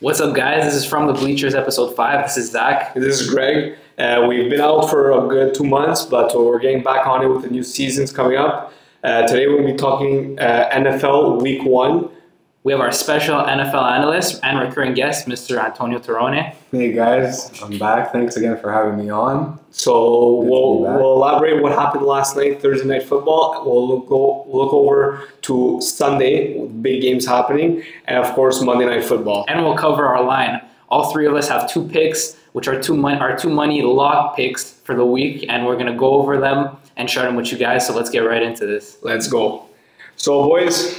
What's up, guys? This is from the Bleachers, episode five. This is Zach. This is Greg. Uh, we've been out for a good two months, but we're getting back on it with the new seasons coming up. Uh, today we'll be talking uh, NFL Week One. We have our special NFL analyst and recurring guest, Mr. Antonio Torone. Hey guys, I'm back. Thanks again for having me on. So Good to we'll, be back. we'll elaborate what happened last night, Thursday night football. We'll look, go, look over to Sunday, big games happening, and of course Monday night football. And we'll cover our line. All three of us have two picks, which are two, mon- our two money lock picks for the week, and we're going to go over them and share them with you guys. So let's get right into this. Let's go. So boys,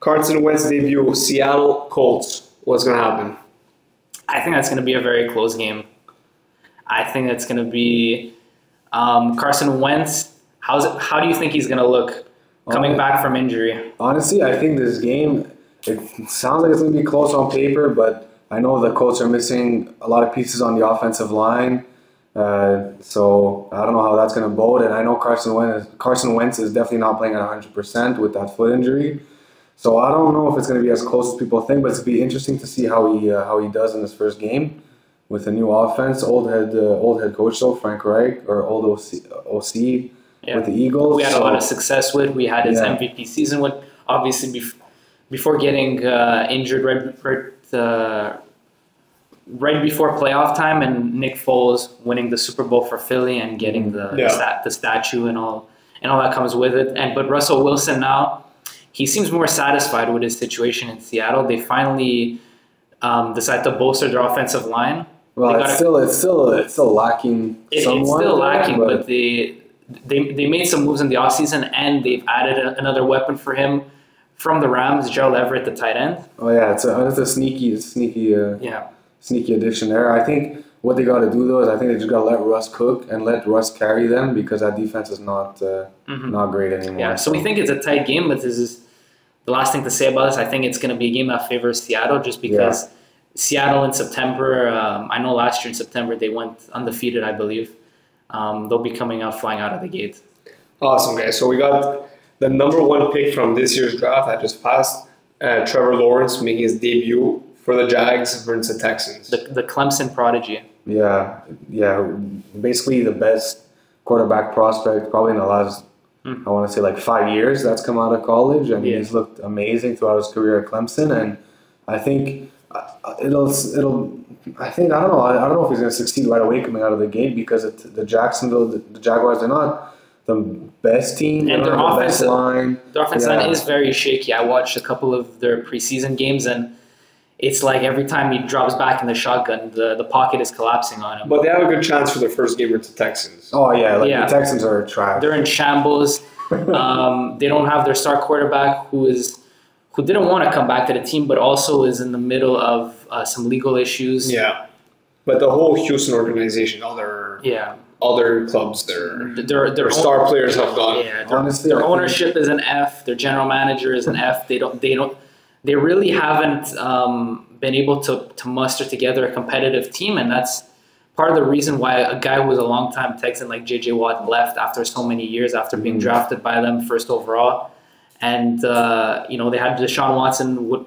Carson Wentz debut, Seattle Colts. What's gonna happen? I think that's going to be a very close game. I think that's going to be um, Carson Wentz. How's how do you think he's going to look coming Um, back from injury? Honestly, I think this game it sounds like it's gonna be close on paper, but I know the Colts are missing a lot of pieces on the offensive line. Uh, so I don't know how that's gonna bode, and I know Carson Wentz Carson Wentz is definitely not playing at 100 percent with that foot injury. So I don't know if it's gonna be as close as people think, but it's gonna be interesting to see how he uh, how he does in his first game with a new offense, old head uh, old head coach though Frank Reich or old OC, OC Yeah. with the Eagles. we had a So- lot of success with. We had his Yeah. MVP season with. Obviously, bef- before getting uh, injured right before the right before playoff time, and Nick Foles winning the Super Bowl for Philly and getting the Yeah. the, stat, the statue and all and all that comes with it. And but Russell Wilson now, he seems more satisfied with his situation in Seattle. They finally um, decide to bolster their offensive line. Well, They it's gotta- still it's still it's still lacking. it, it's somewhat still there, lacking, but, they, they they made some moves in the offseason and they've added a, another weapon for him from the Rams, Gerald Everett, the tight end. oh yeah, it's a it's a sneaky it's sneaky uh, Yeah, sneaky addition there. I think what they got to do though is I think they just got to let Russ cook and let Russ carry them because that defense is not uh, Mhm. not great anymore. yeah. So we think it's a tight game, but this is the last thing to say about this. I think it's going to be a game that favors Seattle just because Seattle in September. Um, I know last year in September they went undefeated, I believe. Um, they'll be coming out flying out of the gate. Awesome, guys. So we got the number one pick from this year's draft that just passed, uh, Trevor Lawrence making his debut for the Jags versus the Texans. The, the Clemson prodigy. yeah, yeah. Basically, the best quarterback prospect probably in the last Mm. I want to say like five years that's come out of college, and Yeah. he's looked amazing throughout his career at Clemson. And I think uh, it'll it'll I think I don't know I, I don't know if he's going to succeed right away coming out of the gate because it, the Jacksonville the Jaguars they're not the best team, And their they're not the best offensive- line. Their offense line Yeah. is very shaky. I watched a couple of their preseason games, and it's like every time he drops back in the shotgun, the, the pocket is collapsing on him. But they have a good chance for their first game versus the Texans. Oh yeah, like Yeah. the Texans are trash. They're in shambles. Um, they don't have their star quarterback, who is who didn't want to come back to the team, but also is in the middle of uh, some legal issues. Yeah. But the whole Houston organization, all their yeah. all their clubs, their Their, their their star players have gone. Oh. Yeah, their, Honestly, their I think- ownership is an F. Their general manager is an F. They don't. They don't. They really haven't um, been able to to muster together a competitive team, and that's part of the reason why a guy who was a longtime Texan like J.J. Watt left after so many years after being Mhm. drafted by them first overall, and uh, you know they had Deshaun Watson would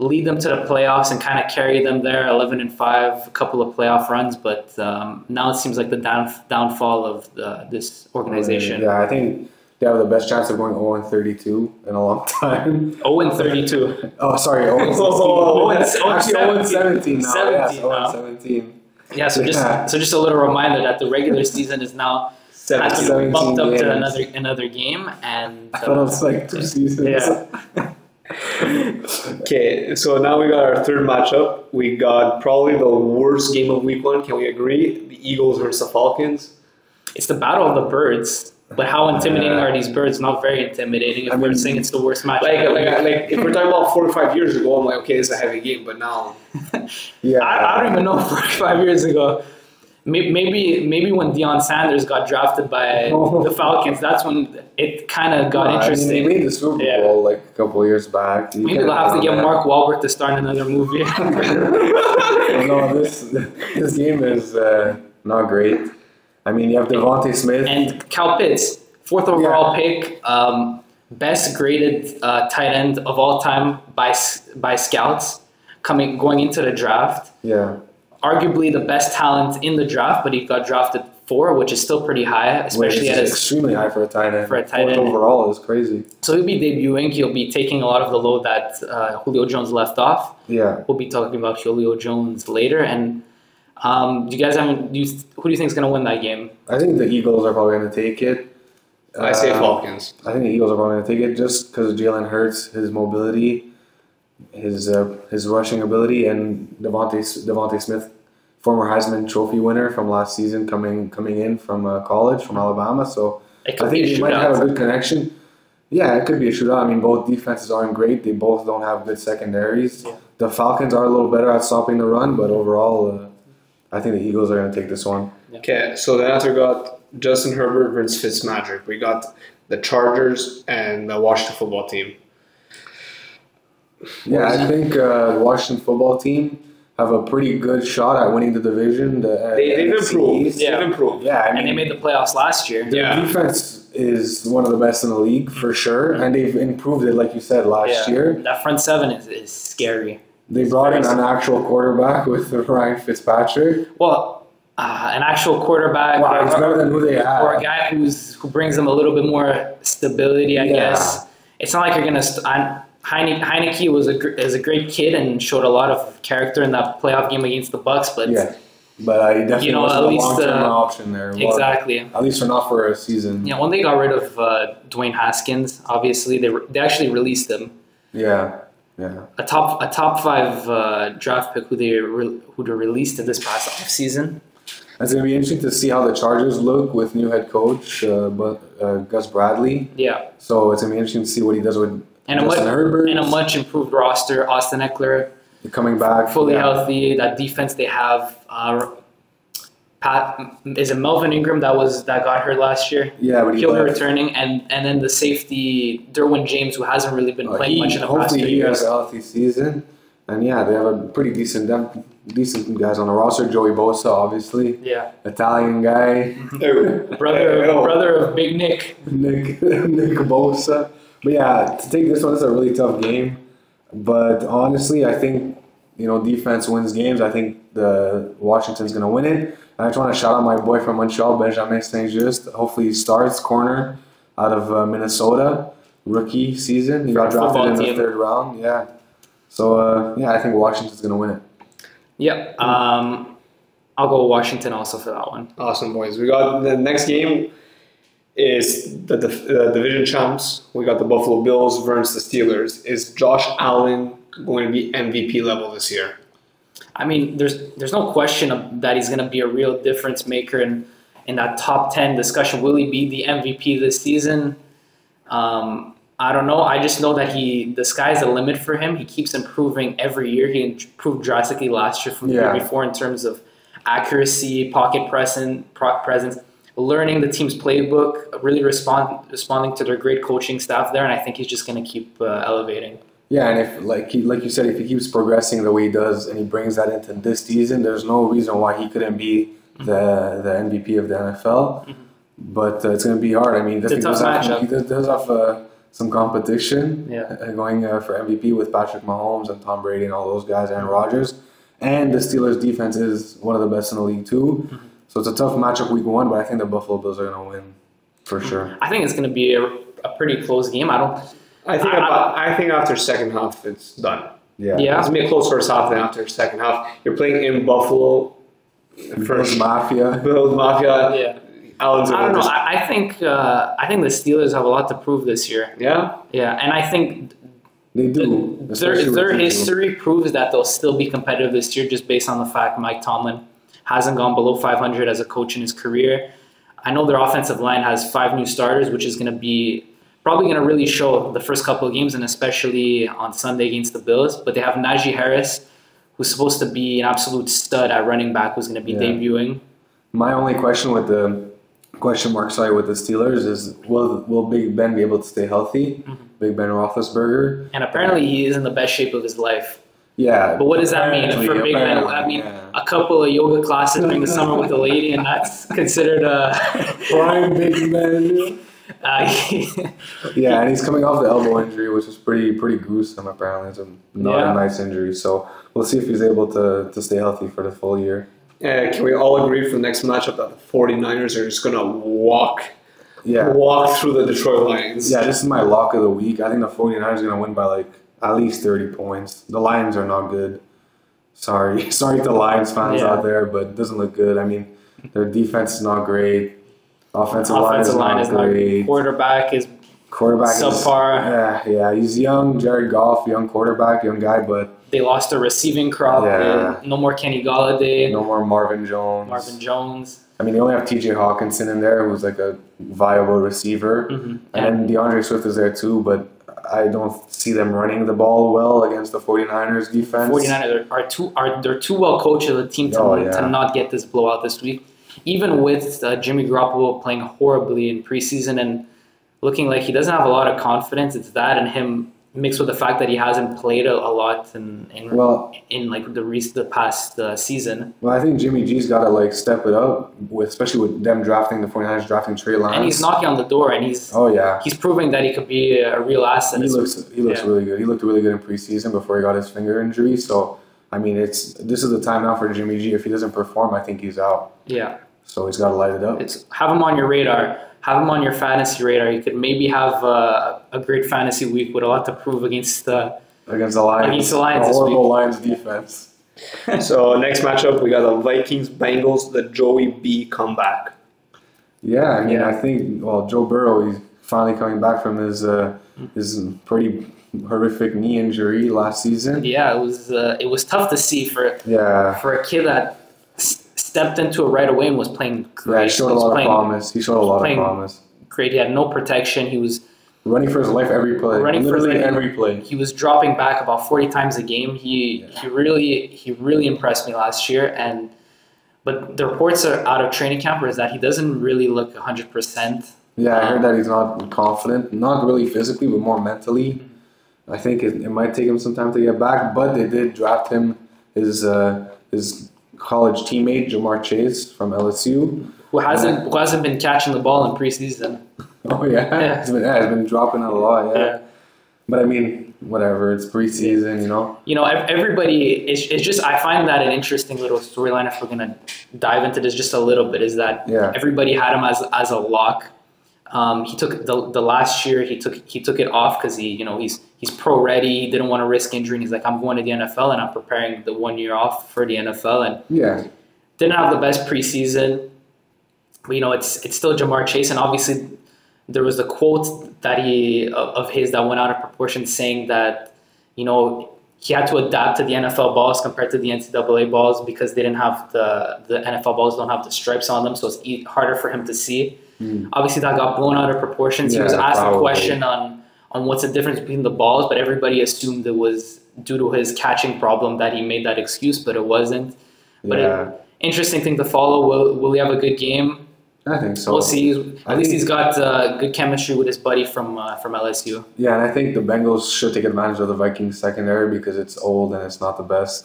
lead them to the playoffs and kind of carry them there 11 and 5 a couple of playoff runs but um, now it seems like the down, downfall of uh, this organization Yeah, I think they have the best chance of going 0 32 in a long time. 0 and 32. Oh, sorry, 0 Oh, 16. it's- oh, Actually, 0 17 now. oh Yes, 17 now. 0 17. Yeah, so just Yeah. so just a little reminder that the regular season is now Seventeen. actually bumped up to 17 another another game, and I thought it uh, was like two seasons. Yeah. Okay, so now we got our third matchup. We got probably the worst game of week one. Can we agree? The Eagles versus the Falcons. it's the battle of the birds. But how intimidating Yeah. are these birds? Not very intimidating. If I we're mean, saying it's the worst match. Like, like, like if we're talking about four or five years ago, I'm like, okay, this is a heavy game. But now, yeah. I, I don't even know. Four or five years ago, May- maybe maybe when Deion Sanders got drafted by Oh. the Falcons, that's when it kind of got I mean, interesting. they made the Super Bowl Yeah. like a couple years back. You maybe can't they'll have to count get that. Mark Wahlberg to start in another movie. Oh, no, this this game is uh, not great. I mean, you have Devontae Smith. and Cal Pitts, fourth overall pick, um, best graded uh, tight end of all time by s- by scouts. coming going into the draft. Yeah, Arguably the best talent in the draft, but he got drafted four, which is still pretty high, which especially is at his. extremely high for a tight end. For a tight Fourth end. overall is crazy. So he'll be debuting. He'll be taking a lot of the load that uh, Julio Jones left off. Yeah, We'll be talking about Julio Jones later. And um, do you guys have do you, who do you think is going to win that game? I think the Eagles are probably going to take it. I say Uh, Falcons. I think the Eagles are probably going to take it just because of Jalen Hurts, his mobility, his uh, his rushing ability, and Devontae Devontae Smith, former Heisman Trophy winner from last season, coming coming in from uh, college from Alabama. So It could I think be a they might have shootout. a good connection. Yeah, it could be a shootout. I mean, both defenses aren't great. They both don't have good secondaries. Yeah. The Falcons are a little better at stopping the run, but overall, uh, I think the Eagles are going to take this one. Okay, so then after we got Justin Herbert versus Fitzmagic, we got the Chargers and the Washington football team. Yeah, I think uh, the Washington football team have a pretty good shot at winning the division. The, uh, They, they've NFC improved. East. Yeah. They've improved. Yeah, I and mean, they made the playoffs last year. Yeah. defense is one of the best in the league for sure, and they've improved it, like you said, last Yeah. year. That front seven is, is scary. They brought in an actual quarterback with Ryan Fitzpatrick. Well, uh, an actual quarterback Wow, it's or, better than who they or a had. guy who's who brings them a little bit more stability, I Yeah. guess. It's not like you're gonna. St- I, Heine- Heineke was a gr- is a great kid and showed a lot of character in that playoff game against the Bucks, but Yeah, but I definitely You know, wasn't at a least, long-term uh, option there. Well, exactly. At least for not for a season. Yeah, when they got rid of uh, Dwayne Haskins, obviously they re- they actually released him. Yeah, yeah. A top a top five uh, draft pick who they re- who they released in this past offseason. It's gonna be interesting to see how the Chargers look with new head coach, uh, but uh, Gus Bradley. Yeah, So it's gonna be interesting to see what he does with and a Justin much Herbert and a much improved roster. Austin Eckler coming back. fully yeah. healthy. That defense they have. Uh, Pat is it Melvin Ingram that was that got hurt last year. Yeah, but he He'll be left. returning, and and then the safety Derwin James, who hasn't really been Uh, playing he- much in the past hopefully three he has years. a healthy season, and yeah, they have a pretty decent depth, decent guys on the roster. Joey Bosa, obviously, Yeah, Italian guy, brother Hey, yo. brother of Big Nick. Nick Nick Bosa. But yeah, to take this one, it's a really tough game. But honestly, I think you know defense wins games. I think the Washington's gonna win it. And I just want to shout out my boy from Montreal, Benjamin Saint Just. Hopefully, he starts corner out of uh, Minnesota, rookie season. He got drafted Football in the team. third round. Yeah. So uh, yeah, I think Washington's gonna win it. Yep. Um, I'll go Washington also for that one. Awesome, boys. We got the next game is the, the, the division champs. We got the Buffalo Bills versus the Steelers. Is Josh Allen going to be MVP level this year? I mean, there's there's no question of, that he's going to be a real difference maker in in that top ten discussion. Will he be the MVP this season? Um, I don't know. I just know that he the sky's the limit for him. He keeps improving every year. He improved drastically last year from the year Yeah. before in terms of accuracy, pocket presence, pro- presence, learning the team's playbook, really respond responding to their great coaching staff there, and I think he's just going to keep uh, elevating. Yeah, and if like he, like you said, if he keeps progressing the way he does, and he brings that into this season, there's no reason why he couldn't be Mm-hmm. the the MVP of the NFL. But uh, it's going to be hard. I mean, It's a definitely tough does have, matchup. he does, does have uh, some competition. Yeah. uh, going uh, for MVP with Patrick Mahomes and Tom Brady and all those guys, Aaron Rodgers, and the Steelers' defense is one of the best in the league too. Mm-hmm. So it's a tough matchup week one, but I think the Buffalo Bills are going to win for sure. I think it's going to be a, a pretty close game. I don't. I think I- about, I think after second half it's done. Yeah. Yeah. It's gonna be a close first half, then after second half you're playing in Buffalo. Bills First Mafia. Bills Mafia. Yeah. Allen's I gonna don't know. just- I, I think uh, I think the Steelers have a lot to prove this year. Yeah. Yeah, and I think They do. th- especially their with their Juju. history proves that they'll still be competitive this year, just based on the fact Mike Tomlin hasn't gone below 500 as a coach in his career. I know their offensive line has five new starters, which is going to be probably going to really show the first couple of games, and especially on Sunday against the Bills. But they have Najee Harris, who's supposed to be an absolute stud at running back, who's going to be Yeah. debuting. My only question with the question mark, sorry, with the Steelers is will will Big Ben be able to stay healthy? Big Ben Roethlisberger. And apparently, he is in the best shape of his life. Yeah. But what does that mean Apparently, for Big Ben? I apparently, mean, yeah. a couple of yoga classes during the summer with a lady, and that's considered a. prime Big Ben. Uh, Yeah, and he's coming off the elbow injury, which is pretty pretty gruesome. Apparently, it's a, not Yeah. a nice injury. So we'll see if he's able to, to stay healthy for the full year. Uh, can we all agree for the next matchup that the 49ers are just going to walk Yeah, walk through the Detroit Lions? yeah. This is my lock of the week. I think the 49ers are gonna win by like at least thirty points. The Lions are not good. Sorry, sorry to Lions fans Yeah. out there, but it doesn't look good. I mean, their defense is not great. Offensive, line is offensive line not is not great. quarterback is quarterback is subpar. Yeah, yeah. He's young, Jared Goff, young quarterback, young guy, but they lost their receiving crop. Yeah. No more Kenny Galladay, no more Marvin Jones. Marvin Jones. I mean, you only have T.J. Hawkinson in there, who's like a viable receiver, Mhm. and then DeAndre Swift is there too. But I don't see them running the ball well against the 49ers defense. 49ers are, are too are they're too well coached as a team to, Oh, yeah. to not get this blowout this week. Even with uh, Jimmy Garoppolo playing horribly in preseason and looking like he doesn't have a lot of confidence, it's that and him mixed with the fact that he hasn't played a, a lot in in, Well, in like the rec- the past uh, season, well, I think Jimmy G's got to like step it up, with, especially with them drafting the 49ers drafting Trey Lance. and he's knocking on the door, and he's Oh yeah, he's proving that he could be a real asset. he It's- looks he looks yeah. really good. He looked really good in preseason before he got his finger injury. So I mean, it's this is the time now for Jimmy G. If he doesn't perform, I think he's out. yeah. So he's got to light it up. it's have him on your radar. Have him on your fantasy radar. You could maybe have uh, a great fantasy week with a lot to prove against. Uh, against the Lions. Against the Lions this horrible Lions defense. So next matchup, we got the Vikings Bengals, the Joey B comeback. Yeah, I mean, Yeah. I think well, Joe Burrow he's finally coming back from his uh, his pretty horrific knee injury last season. yeah, it was uh, it was tough to see for Yeah, for a kid that s- stepped into it right away and was playing yeah, great. he showed a was lot of playing promise. He showed a lot of playing- promise. great. He had no protection. He was Running for his life every play, Running for his literally life. every play. he was dropping back about 40 times a game. He he really he really impressed me last year and but the reports are out of training camp is that he doesn't really look 100%. Yeah, I heard that he's not confident, not really physically, but more mentally. I think it, it might take him some time to get back, but they did draft him his uh, his college teammate Jamar Chase from LSU. Who hasn't who hasn't been catching the ball in preseason. Oh yeah, Yeah. it's been yeah, it's been dropping a lot. Yeah. Yeah. but I mean, whatever. It's preseason, you know. you know, ev- everybody, it's, it's just, I find that an interesting little storyline if we're going to dive into this just a little bit is that Yeah. everybody had him as, as a lock. Um, he took the, the last year he took he took it off because he you know he's he's pro ready he didn't want to risk injury and he's like I'm going to the NFL and I'm preparing the one year off for the NFL and Yeah, didn't have the best preseason. But, You know, it's it's still Jamar Chase, and obviously there was the quote that he of of his that went out of proportion, saying that you know he had to adapt to the NFL balls compared to the NCAA balls because they didn't have the the NFL balls don't have the stripes on them, so it's e- harder for him to see. Obviously, that got blown out of proportions. he was Hmm. Yeah, asked a probably. question on on what's the difference between the balls, but everybody assumed it was due to his catching problem that he made that excuse, but it wasn't. But yeah. it, interesting thing to follow. Will Will he have a good game? I think so. We'll see. He's- Oh. I At least think- he's got uh, good chemistry with his buddy from uh, from LSU. Yeah, and I think the Bengals should take advantage of the Vikings secondary because it's old and it's not the best.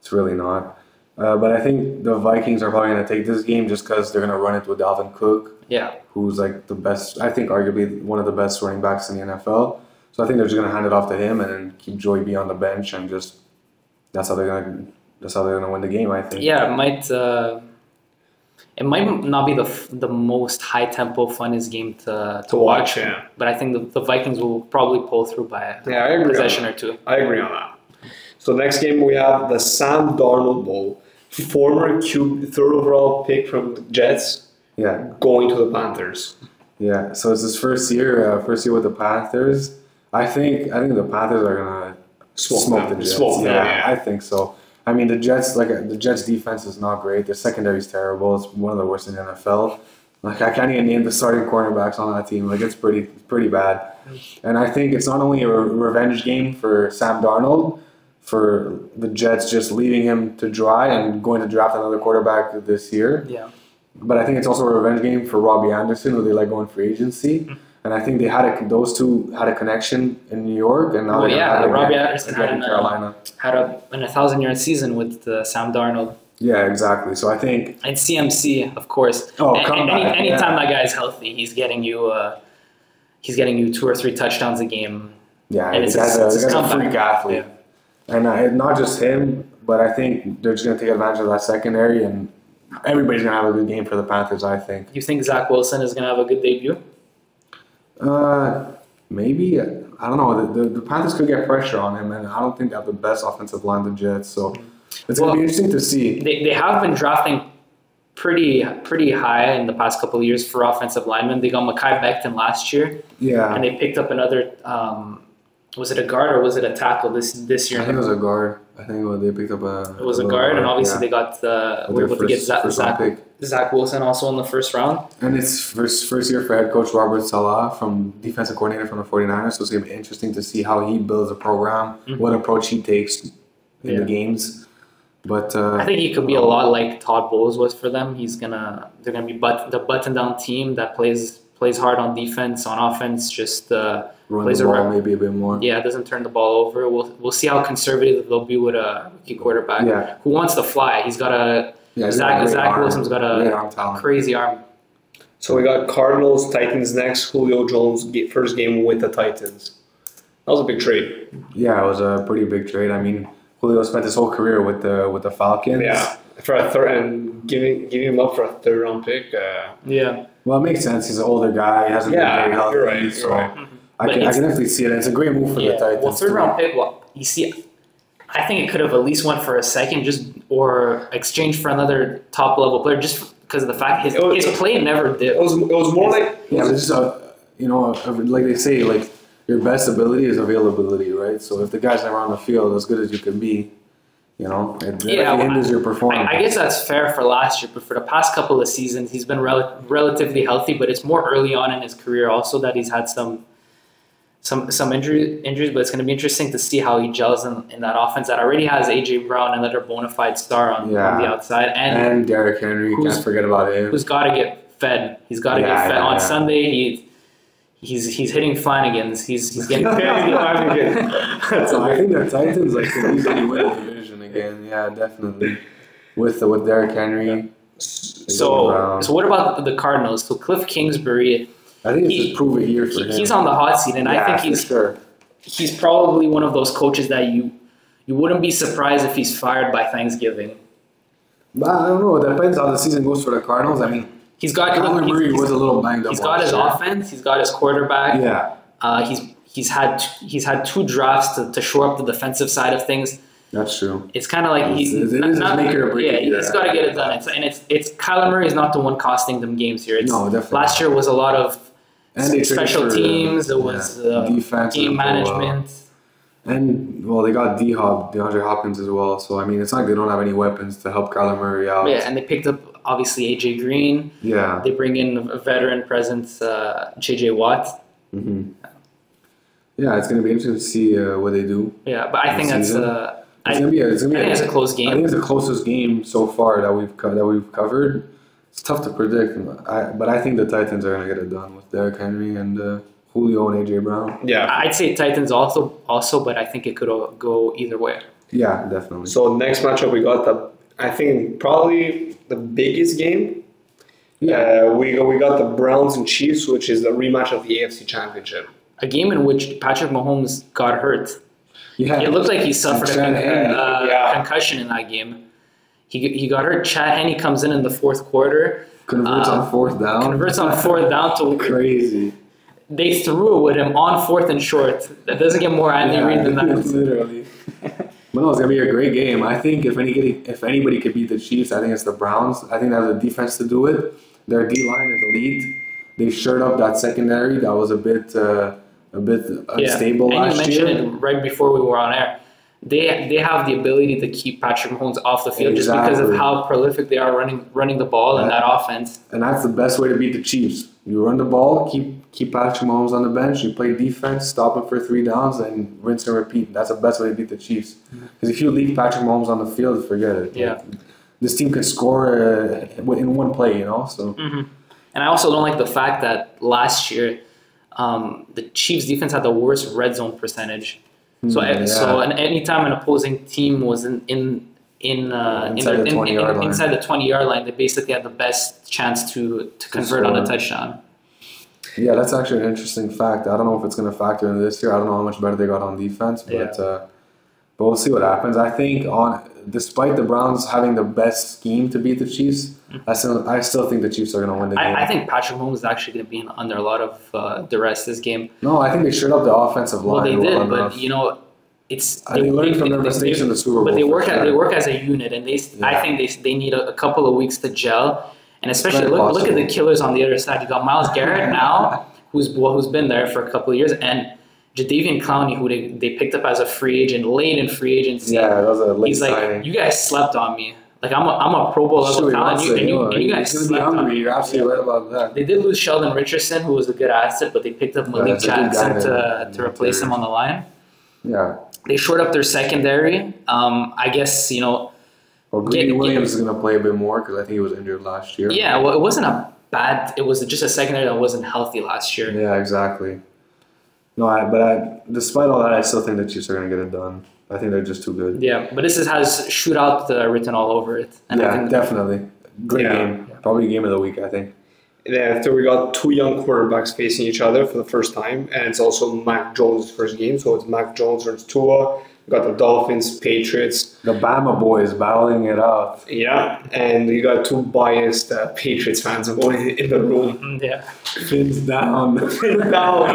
It's really not. Uh, but I think the Vikings are probably going to take this game just because they're going to run it with Dalvin Cook, Yeah, who's like the best, I think, arguably one of the best running backs in the NFL. So I think they're just going to hand it off to him and then keep Joey B on the bench and just that's how they're going to that's how they're going to win the game. I think. yeah. It might uh, it might not be the f- the most high tempo, funnest game to to watch, yeah. but I think the, the Vikings will probably pull through by a Yeah, I agree. possession on or two. that. I agree on that. So next game we have the Sam Darnold Bowl. Former Q third overall pick from the Jets Yeah. going to the Panthers. Yeah, so it's his first year, uh, first year with the Panthers. I think I think the Panthers are gonna Smoke smoke, them. the Jets. Smoke them, yeah, yeah. I think so. I mean, the Jets like uh, the Jets defense is not great. Their secondary is terrible. It's one of the worst in the NFL. Like I can't even name the starting cornerbacks on that team. Like it's pretty pretty bad. And I think it's not only a re- revenge game for Sam Darnold, for the Jets just leaving him to dry and going to draft another quarterback this year. Yeah, But I think it's also a revenge game for Robbie Anderson, who they let go in free agency. Hmm. And I think they had a, those two had a connection in New York, and now Oh, they're gonna yeah, have it Robbie again- Anderson again had an, in uh, Carolina. had a an a thousand yard season with uh, Sam Darnold Yeah, exactly. So I think and CMC, of course. Oh, and, come and any, back, yeah. anytime that guy's healthy, he's getting you. Uh, he's getting you two or three touchdowns a game. Yeah, And and it's it's, his- a, it's his the guy's a comeback. freak athlete. And I, not just him, but I think they're just going to take advantage of that secondary, and everybody's going to have a good game for the Panthers, I think. You think Zach Wilson is going to have a good debut? Uh, maybe. I don't know. The, the, the Panthers could get pressure on him, and I don't think they have the best offensive line, the Jets. So it's Well- going to be interesting to see. They, they have been drafting pretty pretty high in the past couple of years for offensive linemen. They got Makai Becton last year, Yeah. and they picked up another. Um, was it a guard or was it a tackle this this year? I think it was a guard. I think what they picked up a. It was a little guard, and obviously yeah. they got the With were their able to get first- Zach, first round Zach, pick. Zach Wilson also in the first round. And it's first first year for head coach Robert Salah from defensive coordinator from the 49ers, so it's gonna be interesting to see how he builds a program, what approach he takes in Mm-hmm. Yeah. the games. But uh, I think he could be a lot like Todd Bowles was for them. He's gonna they're gonna be but the button down team that plays plays hard on defense on offense. Just uh, run plays the a ball rep- maybe a bit more. yeah, doesn't turn the ball over. We'll we'll see how conservative they'll be with a rookie quarterback Yeah. who wants to fly. He's got a Yeah, he's Zach- got a great Zach arm, Wilson's got a great arm talent. crazy arm. So we got Cardinals, Titans next. Julio Jones ga- first game with the Titans. That was a big trade. Yeah, it was a pretty big trade. I mean, Julio spent his whole career with the with the Falcons. for a third and giving giving him up for a third round pick. Uh, Yeah, Well, it makes sense. He's an older guy. He hasn't Yeah, been very healthy. you're right, you're so right. I, Mm-hmm. But can, I it's- can definitely see it. It's a great move for the Titans. Well, third too. round pick. Well, you see, I think it could have at least went for a second, just or exchange for another top level player, just because of the fact his It was- his play never it dipped. was it was more like Yeah, but just uh, you know, like they say, like your best ability is availability, right? So if the guy's never on the field as good as you can be, you know, it really Yeah, well, hinders your performance. I, I guess that's fair for last year, but for the past couple of seasons, he's been rel- relatively healthy. But it's more early on in his career, also that he's had some some some injury, injuries. But it's going to be interesting to see how he gels in, in that offense that already has AJ Brown, another bona fide star on, on the Yeah. outside, and and Derrick Henry, Who's- can't forget about him. who's got to get fed. He's got to Yeah, get fed yeah, on yeah. Sunday. He he's he's hitting Flanagan's. He's he's getting fed. so I think the Titans like could easily win the division again. Yeah, definitely. With the, with Derrick Henry, so Brown. so what about the Cardinals? So Cliff Kingsbury, I think it's He- just prove a year for he- him. he's on the hot seat, and yeah, I think for he's sure. he's probably one of those coaches that you you wouldn't be surprised if he's fired by Thanksgiving. But I don't know. It depends how the season goes for the Cardinals. I mean, He's got Kyler he's- Murray he's- was a little banged up. he's got his last offense. He's got his quarterback. year. Yeah. Uh, he's he's had he's had two drafts to, to shore up the defensive side of things. That's true. It's kind of like he's It is his make or break yeah, year. he's got to get it done. It's, and it's it's Kyler Murray is not the one costing them games here. It's, No, definitely. Last year was a lot of And they special traded for, teams. It yeah, was uh, defense game as well. management. And well, they got D Hop, DeAndre Hopkins as well. So I mean, it's not like they don't have any weapons to help Kyler Murray out. Yeah, and they picked up obviously AJ Green. Yeah. They bring in a veteran presence, uh, JJ Watt. hmm Yeah, it's gonna be interesting to see uh, what they do. Yeah, but I think that's Season. uh, I, It's gonna be. A, it's gonna I be. think it's a close I think game. it's the closest game so far that we've co- that we've covered. It's tough to predict, and I, but I think the Titans are gonna get it done with Derrick Henry and uh, Julio and AJ Brown. yeah. I'd say Titans also also, but I think it could all go either way. Yeah, definitely. So next matchup we got the I think probably the biggest game. Uh, we got, we got the Browns and Chiefs, which is the rematch of the AFC Championship. A game in which Patrick Mahomes got hurt. Yeah. It looked like he suffered a Chad con- Henne. uh, Yeah. concussion in that game. He, he got hurt. Chad Henne comes in in the fourth quarter, Converts uh, on fourth down. converts on fourth down to Crazy. they threw with him on fourth and short. That doesn't get more Andy Reid than that. literally. But no, it's gonna be a great game. I think if anybody if anybody could beat the Chiefs, I think it's the Browns. I think they have the defense to do it. Their D line is elite. They shored up that secondary that was a bit uh, a bit unstable and you last mentioned year. it right before we were on air. They they have the ability to keep Patrick Mahomes off the field just because of Exactly. how prolific they are running running the ball in Yeah. that offense. And that's the best way to beat the Chiefs. You run the ball, keep keep Patrick Mahomes on the bench. You play defense, stop him for three downs, and rinse and repeat. That's the best way to beat the Chiefs. Because if you leave Patrick Mahomes on the field, forget it. Mm-hmm. Yeah. this team can score uh, in one play. You know, so Mm. And I also don't like the fact that last year um, the Chiefs defense had the worst red zone percentage. So e, Hmm, so yeah. and anytime an opposing team was in in in, uh, Inside in, the in- 20 in- yard line. inside the twenty yard line, they basically had the best chance to to convert on a score. touchdown. Yeah, that's actually an interesting fact. I don't know if it's going to factor in this year. I don't know how much better they got on defense, but Yeah. uh, but we'll see what happens. I think on despite the Browns having the best scheme to beat the Chiefs, I still I still think the Chiefs are going to win the game. Mm. I, I think Patrick Mahomes is actually going to be in, under a lot of uh, duress this game. no, I think they shored up the offensive Well, line. they well did, but enough. you know, it's Uh, they learned from their mistakes in the Super Bowl. But they for work sure. as, they work as a unit, and they Yeah. I think they, they need a, a couple of weeks to gel. And especially very look, look at the possible. killers on the other side. You got Miles Garrett now, who's who's been there for a couple of years, and Jadavian Clowney, who they, they picked up as a free agent late in free agency. Yeah, that was a late he's like, signing. you guys slept on me. Like I'm a, I'm a Pro Bowl level Sure, he talent, wants and you, it, and you you, know, and you guys he's gonna be slept on hungry. me. You're absolutely right about that. They did lose Sheldon Richardson, who was a good asset, but they picked up Malik that's a good guy Jackson to, there. to replace him on the line. Yeah. They shored up their secondary. Um, I guess you know, Well, Greedy Get- get- Williams is going to play a bit more because I think he was injured last year. yeah. Well, it wasn't a bad. It was just a secondary that wasn't healthy last year. Yeah, exactly. No, I, but I, despite all that, I still think the Chiefs are going to get it done. I think they're just too good. Yeah, but this is, has shootout uh, written all over it, and I yeah, think definitely. Great Yeah. game. Probably game of the week, I think. And then after we got two young quarterbacks facing each other for the first time, and it's also Mac Jones' first game, so it's Mac Jones versus Tua. We got the Dolphins, Patriots, The Bama boys battling it out. yeah, and you got two biased uh, Patriots fans in in the room. Mm, yeah. Fins down. down.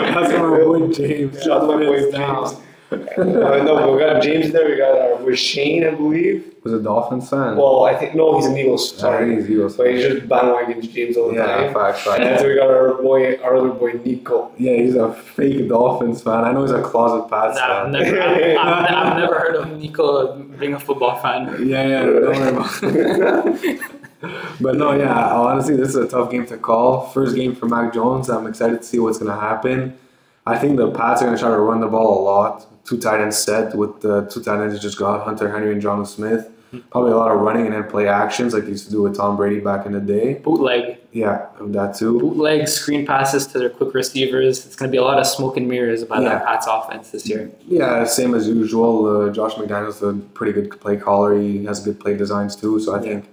That's my boy James. Shout out to my boy Fins James. Uh, no, we got James there. We got our boy Shane, I believe. Was a Dolphins fan. Well, I think no, he's an Eagles. Sorry, I think he's Eagles but he's just bandwagon James all the yeah, time. fact, And fact. then we got our boy, our other boy Nico. Yeah, he's a fake Dolphins fan. I know he's a closet Pats I've fan. never, I've, I've, I've never heard of Nico being a football fan. Yeah, yeah, don't worry about it. But no, yeah, honestly, this is a tough game to call. First game for Mac Jones. I'm excited to see what's going to happen. I think the Pats are going to try to run the ball a lot. Two tight ends set with the two tight ends you just got Hunter Henry and John Smith. Probably a lot of running and then play actions like they used to do with Tom Brady back in the day. Bootleg, Yeah, that too. bootleg screen passes to their quick receivers. It's going to be a lot of smoke and mirrors by Yeah. that Pats offense this year. Yeah, same as usual. Uh, Josh McDaniels a pretty good play caller. He has good play designs too, so I think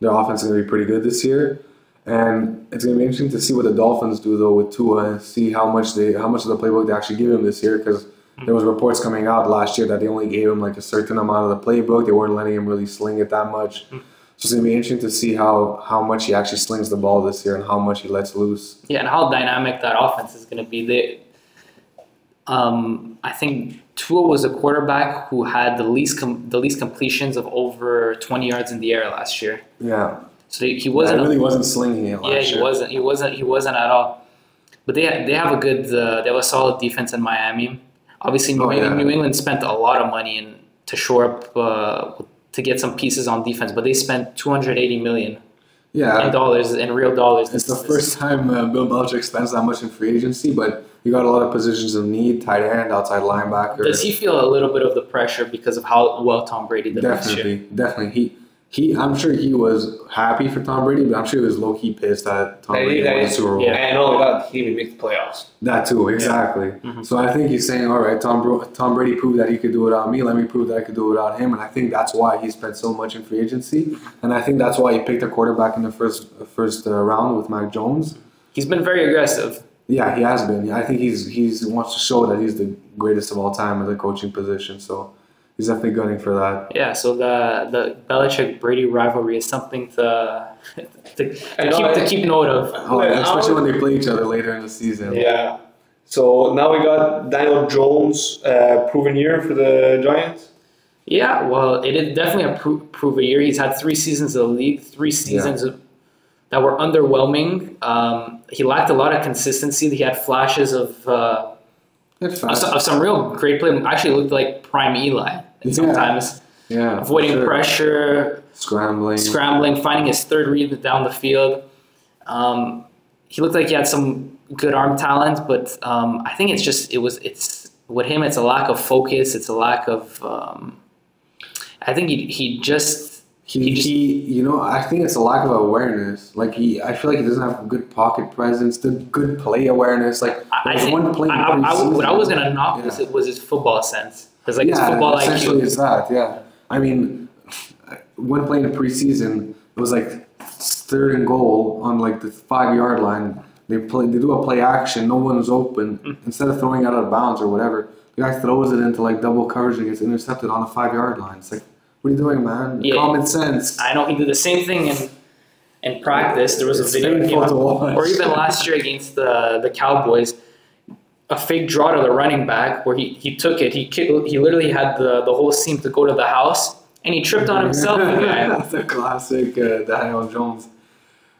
their offense is going to be pretty good this year. And it's going to be interesting to see what the Dolphins do though with Tua, and see how much they how much of the playbook they actually give him this year. Because there was reports coming out last year that they only gave him like a certain amount of the playbook. They weren't letting him really sling it that much. Hmm. So it's going to be interesting to see how how much he actually slings the ball this year and how much he lets loose. Yeah, and how dynamic that offense is going to be. They, um, I think Tua was a quarterback who had the least com- the least completions of over twenty yards in the air last year. Yeah, So he, he wasn't. Yeah, he really wasn't slinging it last yeah, year. he wasn't. He wasn't. He wasn't at all. But they they have a good. Uh, they have a solid defense in Miami. Obviously, New, Oh, England, yeah. New England spent a lot of money in to shore up uh, to get some pieces on defense, but they spent two hundred eighty million Yeah, in dollars in real dollars. It's the this- this- first time uh, Bill Belichick spends that much in free agency, but you got a lot of positions of need: tight end, outside linebacker. Does he feel a little bit of the pressure because of how well Tom Brady did last year? definitely, definitely. He, he. I'm sure he was happy for Tom Brady, but I'm sure he was low key pissed that Tom Yeah, Brady yeah, won the Super Bowl. yeah. And all that, he didn't even make the playoffs. That too, exactly. Mm-hmm. So I think he's saying, all right, Tom, Bro- Tom Brady proved that he could do it without me. Let me prove that I could do it without him. And I think that's why he spent so much in free agency, and I think that's why he picked a quarterback in the first first uh, round with Mac Jones. He's been very aggressive. Yeah, he has been. I think he's he's wants to show that he's the greatest of all time at the coaching position. So he's definitely gunning for that. Yeah, so the the Belichick Brady rivalry is something to to, to And keep all- to keep note of. Oh, Wait, and especially how- when they play each other later in the season. Yeah. So now we got Daniel Jones, uh, proven year for the Giants. Yeah, well, it is definitely a pro- prove a year. He's had three seasons of the league, three seasons that were underwhelming. Um, he lacked a lot of consistency. He had flashes of, uh, That's of, fast. some, of some real great play. Actually, looked like prime Eli Yeah. sometimes, Yeah, for avoiding sure. pressure, scrambling. scrambling, finding his third read down the field. Um, he looked like he had some good arm talent, but um, I think it's just it was it's with him. It's a lack of focus. It's a lack of. Um, I think he he just He, just- he, you know, I think it's a lack of awareness. Like he, I feel like he doesn't have good pocket presence, the good play awareness. Like I, I there's think one play. in I, I, I, preseason- what I was gonna knock Yeah. was it was his football sense. Because like his yeah, football essentially IQ. it's that. Yeah, I mean, when playing the preseason, it was like third and goal on like the five yard line. They play. They do a play action. No one's open. Mm. Instead of throwing out of bounds or whatever, the guy throws it into like double coverage and gets intercepted on the five yard line. It's like, what are you doing, man? Yeah. Common sense. I know he did the same thing in in practice. There was a It's video that painful came out, to watch. or even last year against the the Cowboys, a fake draw to the running back where he, he took it. He ki- he literally had the the whole seam to go to the house, and he tripped on himself. again. That's a classic uh, Daniel Jones.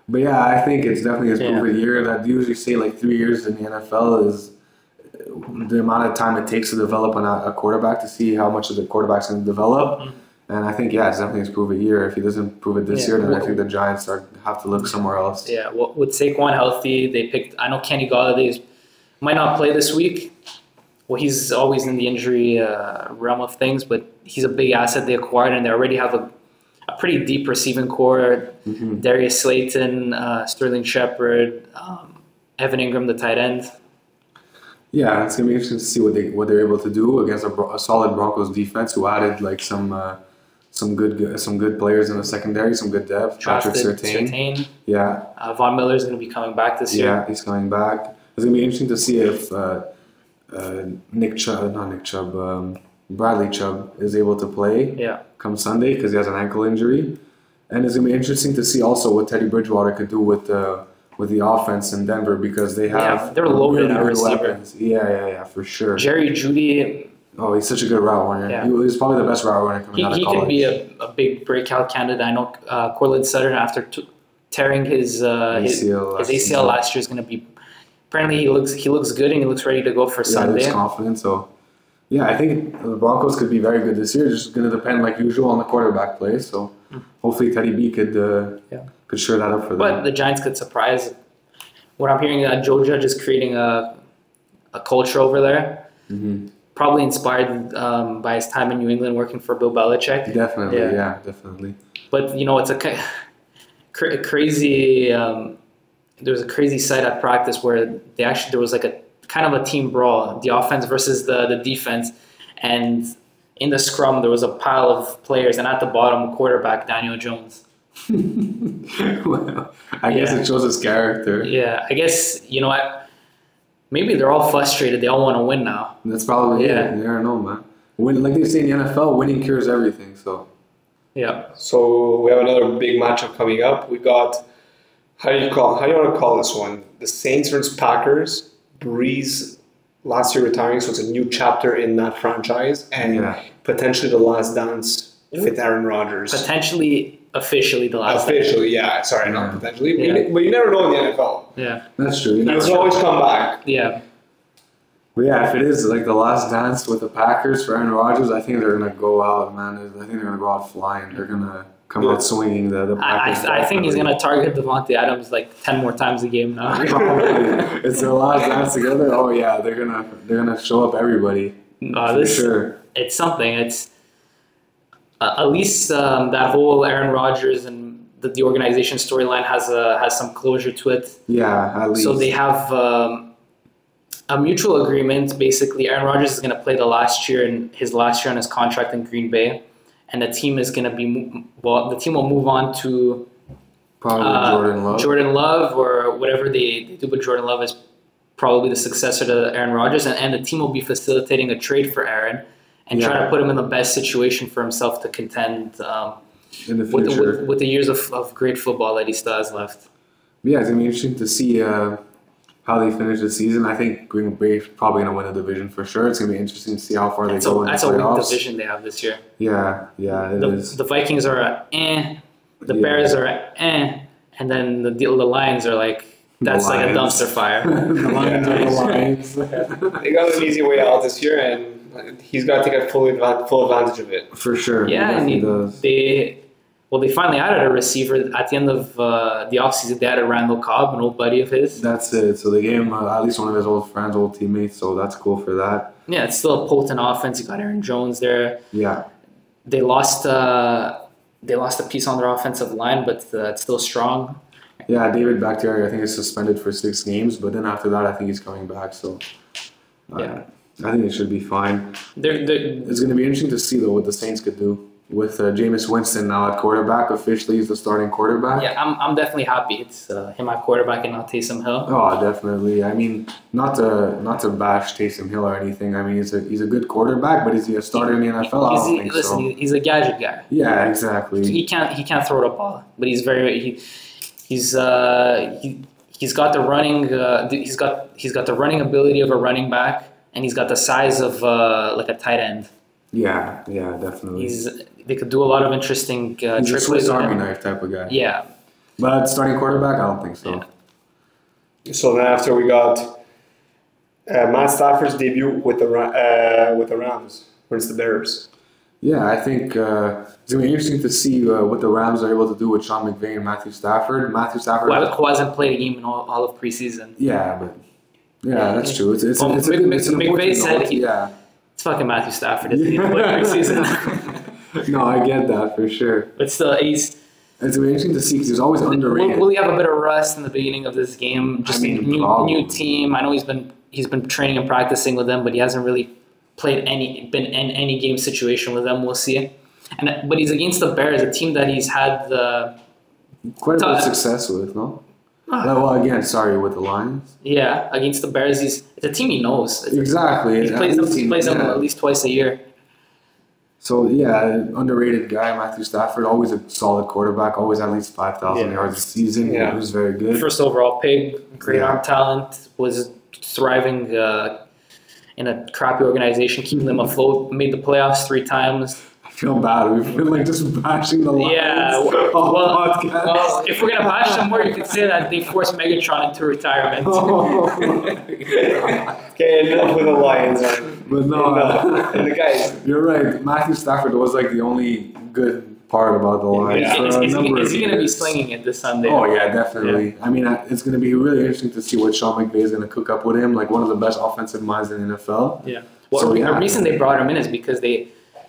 But yeah, I think it's definitely his Yeah. proven year. And I usually say like three years in the NFL is uh, the amount of time it takes to develop an, a quarterback to see how much of the quarterback's going to develop. And I think yeah, it's definitely his proven year. If he doesn't prove it this Mm-hmm. Yeah. year, then I think the Giants are have to look somewhere else. Yeah, well, with Saquon healthy, they picked. I know Kenny Galladay is- might not play this week. Well, he's always in the injury uh, realm of things, but he's a big asset they acquired, and they already have a, a pretty deep receiving core. Mhm. Darius Slayton, uh, Sterling Shepard, um, Evan Ingram, the tight end. Yeah, it's gonna be interesting to see what they what they're able to do against a, Bro- a solid Broncos defense who added like some uh, some good some good players in the secondary, some good depth. Drafted Patrick Sertain, Surtain. yeah, Uh, Von Miller is going to be coming back this year. Yeah, he's coming back. It's gonna be interesting to see if uh, uh, Nick Chubb, not Nick Chubb, um, Bradley Chubb is able to play Yeah. come Sunday because he has an ankle injury, and it's gonna be interesting to see also what Teddy Bridgewater could do with the with the offense in Denver because they have Yeah, they're loaded at receiver. Yeah, yeah, yeah, for sure. Jerry Judy, Oh, he's such a good route runner. Yeah. He was probably the best route runner coming he, out of he college. could be a, a big breakout candidate. I know uh, Corlin Sutton, after t- tearing his, uh, his ACL his last ACL season. last year, is going to be. Apparently, he looks he looks good and he looks ready to go for Yeah, he Sunday. looks confident. So, yeah, I think the Broncos could be very good this year. Just going to depend, like usual, on the quarterback play. So, hopefully, Teddy B could uh, Hmm. Yeah. could shore that up for them. But the Giants could surprise. What I'm hearing, uh, Joe Judge is creating a, a culture over there, Mhm. probably inspired um, by his time in New England working for Bill Belichick. definitely, Yeah. yeah. definitely. But you know, it's a ca- cra- crazy. Um, there was a crazy sight at practice where they actually there was like a kind of a team brawl, the offense versus the the defense, and in the scrum there was a pile of players, and at the bottom, quarterback Daniel Jones. well, I guess Yeah. it shows his character. Yeah, I guess you know what. Maybe they're all frustrated. They all want to win now. That's probably Yeah. it. You never know, man. Win, like they say in the NFL, winning cures everything. So, Yeah, So we have another big matchup coming up. We got how do you call how do you want to call this one? The Saints versus Packers. Breeze last year retiring, so it's a new chapter in that franchise and Yeah. potentially the last dance with Aaron Rodgers. potentially, officially the last. Officially, yeah. Sorry, Yeah. not potentially. But, Yeah. you, but you never know in the NFL. Yeah, that's true. You never It's know. always come back. yeah, But yeah, if it is like the last dance with the Packers for Aaron Rodgers, I think they're gonna go out, man. I think they're gonna go out flying. They're gonna come out swinging. The, the I, Packers. I, I think he's definitely. gonna target Devontae Adams like ten more times a game now. Probably. it's their last dance together. Oh yeah, they're gonna they're gonna show up everybody Uh, for this sure. it's something. It's uh, at least um, that whole Aaron Rodgers and the, the organization storyline has a has some closure to it. Yeah, at least. So they have um, a mutual agreement. Basically, Aaron Rodgers is going to play the last year and his last year on his contract in Green Bay, and the team is going to be mo- well. The team will move on to probably uh, Jordan Love. Jordan Love or whatever they, they do. But Jordan Love is probably the successor to Aaron Rodgers, and, and the team will be facilitating a trade for Aaron. And Yeah. trying to put him in the best situation for himself to contend um, in the with, future. the, with, with the years of, of great football that he still has left. yeah, it's gonna be interesting to see uh, how they finish the season. I think Green Bay probably gonna win the division for sure. It's gonna be interesting to see how far That's they a, go in that's the a weak playoffs. division they have this year. Yeah, yeah, it is. the, the Vikings are a, eh, the Yeah. Bears are a, eh, and then the the Lions are like that's like a Lions. dumpster fire. the Lions are the Lions. They got an easy way out this year and he's got to take full, advan- full advantage of it. For sure. yeah, it I definitely mean does. they well they finally added a receiver at the end of uh, the offseason. They added Randall Cobb, an old buddy of his. That's it. So they gave him uh, at least one of his old friends, old teammates. So that's cool for that. Yeah, it's still a potent offense. You got Aaron Jones there. Yeah, They lost uh, they lost a piece on their offensive line, but uh, it's still strong. yeah. David Bakhtiari, I think, is suspended for six games, but then after that, I think he's coming back. So uh, Yeah. I think it should be fine. They're, they're It's going to be interesting to see though what the Saints could do. with uh, Jameis Winston now at quarterback. Officially, he's the starting quarterback. Yeah, I'm, I'm definitely happy. It's uh, him at quarterback and not Taysom Hill. Oh, definitely. I mean, not to not to bash Taysom Hill or anything. I mean, he's a he's a good quarterback, but is he a starter in the NFL? I He's- don't he- think listen, so. he- he's a gadget guy. Yeah, exactly. He can't he can't throw the ball, but he's very he, he's uh he, he's got the running uh, th- he's got he's got the running ability of a running back, and he's got the size of uh, like a tight end. Yeah, yeah, definitely. He's, He's they could do a lot of interesting uh, a trick plays Swiss with Army him. knife type of guy. Yeah, But starting quarterback, I don't think so. Yeah. So then after we got uh, Matt Stafford's debut with the Ra- uh, with the Rams against the Bears. Yeah, I think uh, it's gonna be interesting to see uh, what the Rams are able to do with Sean McVay and Matthew Stafford. Matthew Stafford. who, who hasn't played a game in all, all of preseason? Yeah, but yeah, that's true. It's it's, Well, it's, a Mc- good, Mc- it's an McVay important said note, he- yeah. It's fucking Matthew Stafford. It's yeah. play preseason, no, I get that for sure. but still, he's It's gonna be interesting to see because he's always will, underrated. will he have a bit of rust in the beginning of this game? Just mean, new, probably. new team. I know he's been he's been training and practicing with them, but he hasn't really played any been in any game situation with them. We'll see. And but he's against the Bears, a team that he's had the Quite a bit of Todd. success with, no? Ah. No, well, again, sorry, with the Lions. yeah against the Bears. He's it's a team he knows. It's- Exactly. He and plays at them. least He plays them yeah. at least twice a year. So yeah, underrated guy, Matthew Stafford, always a solid quarterback, always at least five thousand Yeah. yards a season. Yeah. He was very good. first overall pick, great Yeah. arm talent, was thriving uh, in a crappy organization, keeping them afloat, made the playoffs three times. I feel bad. We've been like just bashing the Lions Yeah, all well- podcast. Well, if we're gonna bash them more, you could say that they forced Megatron into retirement. Oh. Okay, enough with the Lions. man. but no, Enough. and the guys. You're right. Matthew Stafford was like the only good part about the Lions. Is, for is- a is he, number is of he gonna be years. slinging it this Sunday? Oh yeah, definitely. I mean, I- it's going to be really interesting to see what Sean McVay is going to cook up with him. Like one of the best offensive minds in the NFL. Yeah. Well, So, the yeah. reason they brought him in is because they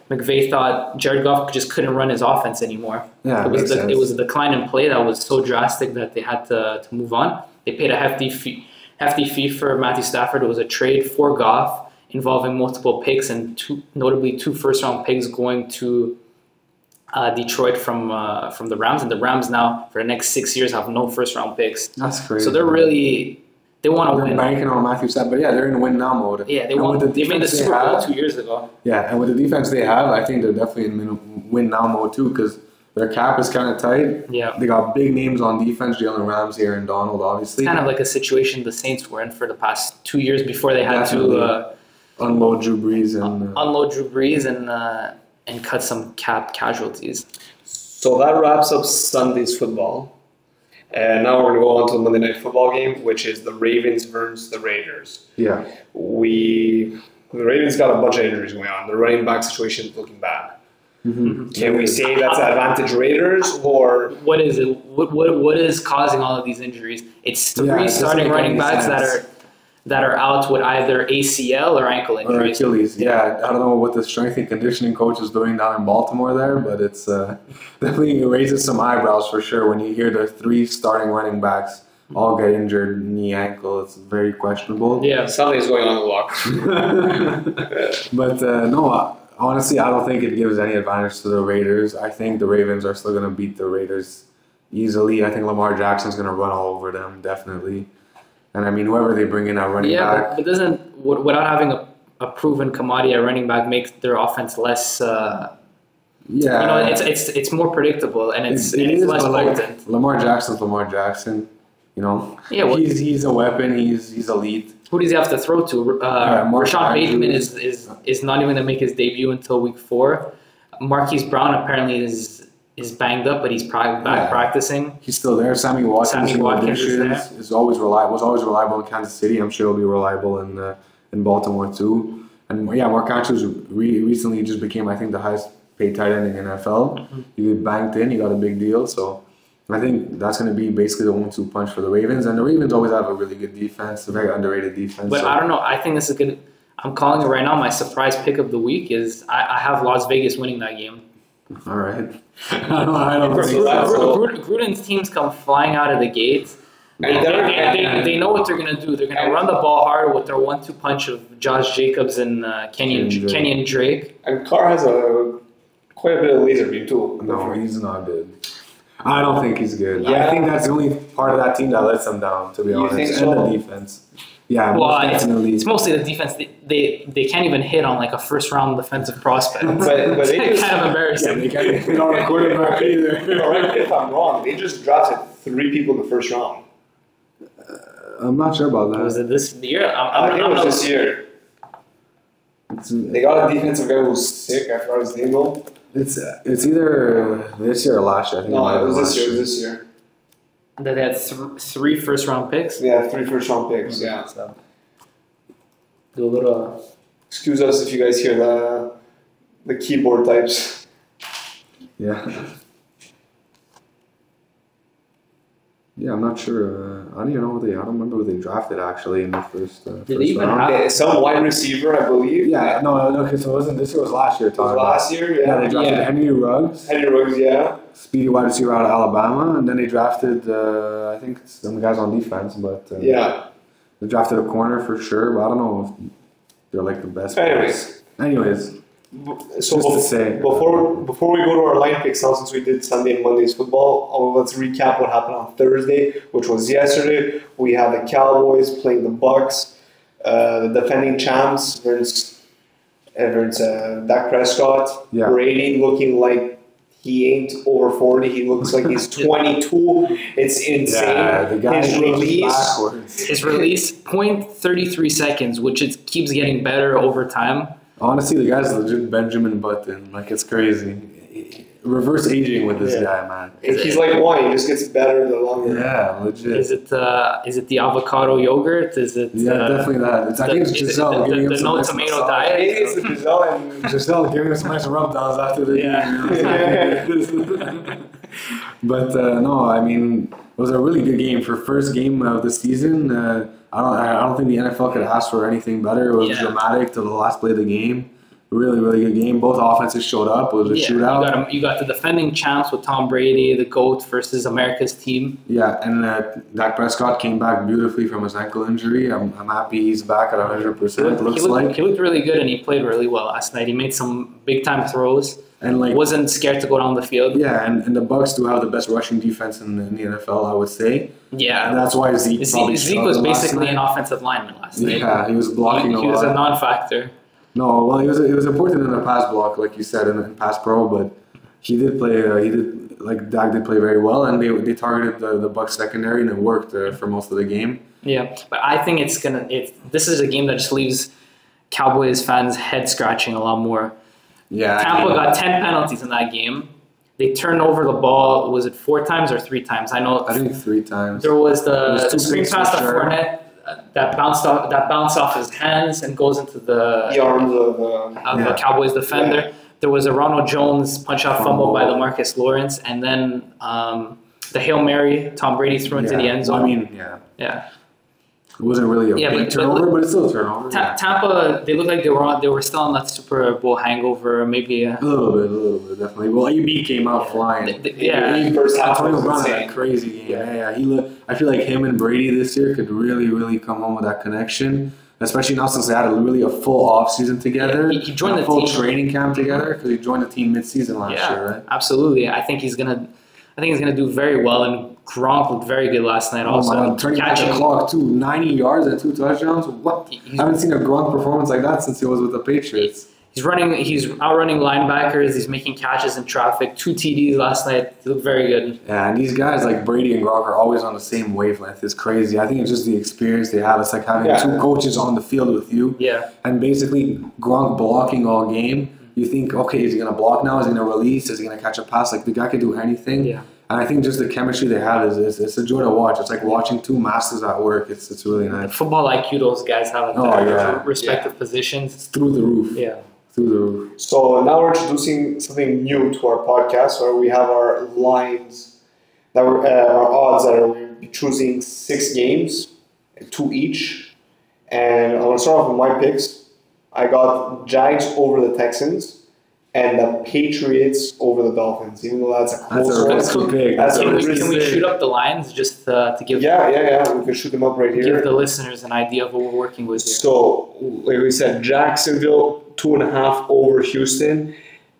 McVay thought Jared Goff just couldn't run his offense anymore. Yeah, it was makes the, sense. it was a decline in play that was so drastic that they had to, to move on. They paid a hefty fee, hefty fee for Matthew Stafford. It was a trade for Goff involving multiple picks and two, notably two first round picks going to uh, Detroit from uh, from the Rams, and the Rams now for the next six years have no first round picks. That's crazy. So they're really they want to They're win. banking on Matthew Stafford. But yeah, they're in win now mode. Yeah, they And want. with the they made the defense they Super Bowl have- two years ago. Yeah, and with the defense they have, I think they're definitely in min- win now mode too because their cap is kind of tight. Yeah. They got big names on defense: Jalen Ramsey, Aaron Donald, obviously. It's kind of like a situation the Saints were in for the past two years before they had Definitely. to uh, Unload Drew Brees and. Uh, unload Drew Brees and uh, and cut some cap casualties. So that wraps up Sunday's football. And now we're going to go on to the Monday Night Football game, which is the Ravens versus the Raiders. yeah. We the Ravens got a bunch of injuries going on. The running back situation is looking bad. Can we say that's an advantage Raiders or What is it? What, what, what is causing all of these injuries? It's three Yeah, it doesn't starting make running any backs that sense. are that are out with either ACL or ankle Or injuries. Achilles, yeah. I don't know what the strength and conditioning coach is doing down in Baltimore there, but it's uh, definitely raises some eyebrows for sure when you hear the three starting running backs all get injured, knee, ankle. It's very questionable. Yeah, something's going on in the locker room? but uh, no, I- honestly, I don't think it gives any advantage to the Raiders. I think the Ravens are still going to beat the Raiders easily. I think Lamar Jackson's going to run all over them, definitely. And I mean, whoever they bring in at running yeah, back. but, but doesn't wi- without having a, a proven commodity at running back makes their offense less. Uh, Yeah. you know, it's it's it's more predictable and it's, It- it and it's is, less but like potent. Lamar Jackson's Lamar Jackson. You know, Yeah, well- he's he's a weapon. He's he's elite. Who does he have to throw to? Uh, Yeah, Mark Rashawn Andrews. Bateman is, is is not even going to make his debut until week four. Marquise Brown apparently is is banged up, but he's probably back Yeah. practicing. He's still there. Sammy Watkins, Sammy who Watkins is additions, is always reliable. Was always reliable in Kansas City. I'm sure he'll be reliable in uh, in Baltimore too. And yeah, Mark Andrews re- recently just became I think the highest paid tight end in the NFL. Mm-hmm. You get banked in, you got a big deal. So I think that's going to be basically the one-two punch for the Ravens. And the Ravens always have a really good defense, a very underrated defense. But so- I don't know. I think this is going. to I'm calling it right now. My surprise pick of the week is I, I have Las Vegas winning that game. All right. I don't, I don't Gru- think so. That's Gru- all. Gruden- Gruden's teams come flying out of the gate. They, And they, they're- they, they know what they're going to do. They're going to run the ball hard with their one-two punch of Josh Jacobs and uh, Kenyon Kenyon Drake. Kenyon Drake. And Carr has a quite a bit of laser beam too. No, he's not good. I don't think he's good. Yeah. I think that's the only part of that team that lets them down, to be You honest. think and so? the defense. Yeah, Well, most it's, definitely. it's mostly the defense. They, they they can't even hit on like a first round defensive prospect. But- but they it's just- kind of yeah, embarrassing. they can't they don't have a quarterback Correct me either. if I'm wrong. They just drafted three people in the first round. I'm not sure about Was that. it this year? I'm, I I'm, think it I'm was not- this year. They It's, got a defensive guy who's sick. I forgot his name though. it's it's either this year or last year. I think No, might it have was been this last year. It was this year. that they had th- three first round picks. Yeah, three first round picks. Yeah. So, Do a little. uh, Excuse us if you guys hear the the keyboard types. yeah. Yeah, I'm not sure. Uh, I don't even know what they. I don't remember who they drafted actually in the first. Uh, first Did they even round. have- Yeah, some wide receiver, I believe. Yeah, no, no, okay, so it wasn't this year. It was last year. It was Talking about. last year. Yeah, they Yeah. drafted Yeah. Henry Ruggs, Henry Ruggs. Yeah. speedy wide receiver out of Alabama, and then they drafted, uh, I think, it's some guys on defense, but uh, Yeah. they drafted a corner for sure, but I don't know if they're like the best. players. Anyways, Anyways, b- so just to bef- say. before before we go to our line picks now, since we did Sunday and Monday's football, oh, let's recap what happened on Thursday, which was yesterday. We had the Cowboys playing the Bucks, uh, the defending champs, Vince, uh, Vince uh, Dak Prescott, Yeah. Brady looking like he ain't over forty. He looks like he's twenty two. It's insane. yeah, the guy His goes release. backwards. His release 0.33 seconds, which it keeps getting better over time. Honestly, the guy's legit Benjamin Button. Like it's crazy. Reverse aging with this Yeah. guy, man. He's like wine. He just gets better the longer. Yeah, legit. Is it uh, is it the avocado yogurt? Is it yeah, uh, definitely that. It's, I think it's is it Giselle the- giving the- him the some no nice tomato massage. diet? Maybe it's the Giselle and Giselle giving us some nice rubdowns after the game. but uh, no, I mean, it was a really good game for first game of the season. Uh, I don't, I don't think the NFL could ask for anything better. It was Yeah. dramatic to the last play of the game. Really, really good game. Both offenses showed up. It was a yeah, you shootout. got, a- you got the defending champs with Tom Brady, the GOAT versus America's team. Yeah, and uh, Dak Prescott came back beautifully from his ankle injury. I'm, I'm happy he's back at 100%. Looks he looked, like. he looked really good and he played really well last night. He made some big time throws. And like wasn't scared to go down the field. Yeah, and, and the Bucks do have the best rushing defense in, in the NFL, I would say. And Yeah, that's why Zeke probably Zeke, Zeke was struggled last basically night. an offensive lineman last night. Yeah, he was blocking he, a he was lot. a non-factor. no, well, he was he was important in the pass block, like you said, in, in pass pro. But he did play. Uh, he did like Dak did play very well, and they they targeted the the Bucks secondary, and it worked uh, for most of the game. Yeah, but I think it's gonna. It, this is a game that just leaves Cowboys fans head scratching a lot more. Yeah, I Tampa mean, got ten penalties in that game. They turned over the ball. Was it four times or three times? I know. I think three times. There was the, It was two the screen things for pass to sure. Fournette uh, that bounced off that bounced off his hands and goes into the the arms of. Uh, of Yeah. the Cowboys defender. There was a Ronald Jones punch out fumble Fumble. by Lamarcus Lawrence, and then um, the Hail Mary Tom Brady threw into yeah. the end zone. I mean, yeah, yeah, it wasn't really a Yeah, big but- but- turnover, but, it's still a turnover. Ta- yeah. Tampa they looked like they were on, they were still on that Super Bowl hangover. Maybe uh, A little bit, a little bit, definitely. Well, AB came out flying. th- th- yeah, the first half Antonio was Brown had insane. a crazy game. Yeah, yeah. He look. I feel like him and Brady this year could really, really come home with that connection. Especially now since they had a, really a full off season together. Yeah, he- he joined and a the full team. training camp together because he joined the team mid season last Yeah. year, right? absolutely. I think he's gonna. I think he's gonna do very well, and Gronk looked very good last night. oh also, my god, turning back the catching. clock too. 90 yards and two touchdowns. What? he- I He's, haven't seen a Gronk performance like that since he was with the Patriots. he's running. He's outrunning linebackers. He's making catches in traffic. Two TDs last night. He looked very good. Yeah, and these guys like Brady and Gronk are always on the same wavelength. It's crazy. I think it's just the experience they have. It's like having Yeah. two coaches on the field with you. Yeah, and basically Gronk blocking all game. You think, okay, is he gonna block now? Is he gonna release? Is he gonna catch a pass? Like the guy can do anything. yeah. And I think just the chemistry they have is, is it's a joy to watch. It's like watching two masters at work. It's it's really The nice. football IQ those guys have at Oh, their yeah. respective positions. It's through the roof. Yeah. Through the roof. So now we're introducing something new to our podcast, where we have our lines that were uh, our odds that are we're choosing six games, two each, and I'm gonna start off with my picks. I got Jags over the Texans and the Patriots over the Dolphins. Even though that's a That's close a one. risky pick. That's Can a we, can we risky- shoot up the lines just uh, to give Yeah, yeah, yeah. We can shoot them up right here. give the listeners an idea of what we're working with here? So, like we said, Jacksonville two and a half over Houston,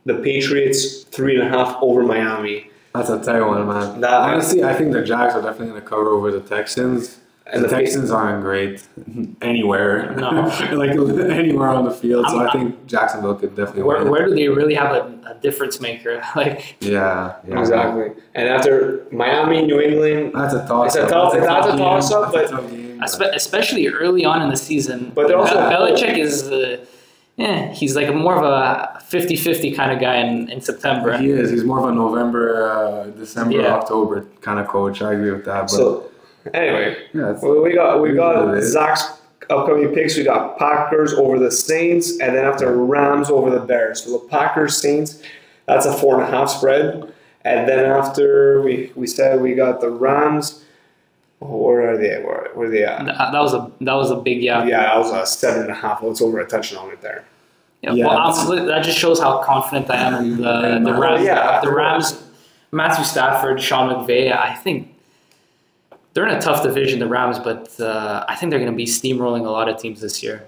the Patriots three and a half over Miami. That's a tight one, man. That- Honestly, I think the Jags are definitely going to cover over the Texans. And the, the- Texans aren't great anywhere, No. like anywhere on the field. So I'm- i think Jacksonville could definitely Where, win. where do they really have a, a difference maker? Like, Yeah, yeah, Exactly. And after Miami, New England, That's a toss. It's a toss- that's a game. toss-up, That's a but- tough game, espe- especially early on in the season, But they're also- Bel- Belichick is, uh, yeah, he's like more of a 50-50 kind of guy in, in September. He is. He's more of a November, uh, December, Yeah. October kind of coach. I agree with that. But so anyway, yeah, it's, Well, we got we It got is. Zach's upcoming picks. We got Packers over the Saints, and then after Rams over the Bears. So the Packers Saints, that's a four and a half spread. And then after we we said we got the Rams. Oh, where are they? Where, where are they at? Th- That was a that was a big yeah. Yeah, that was a seven and a half. Let's over a touchdown right there. Yeah, Yeah, well, that's- I'm- that just shows how confident I am in the, the Yeah, Rams. yeah. The Rams, Matthew Stafford, Sean McVay. I think they're in a tough division, the Rams, but uh, I think they're going to be steamrolling a lot of teams this year.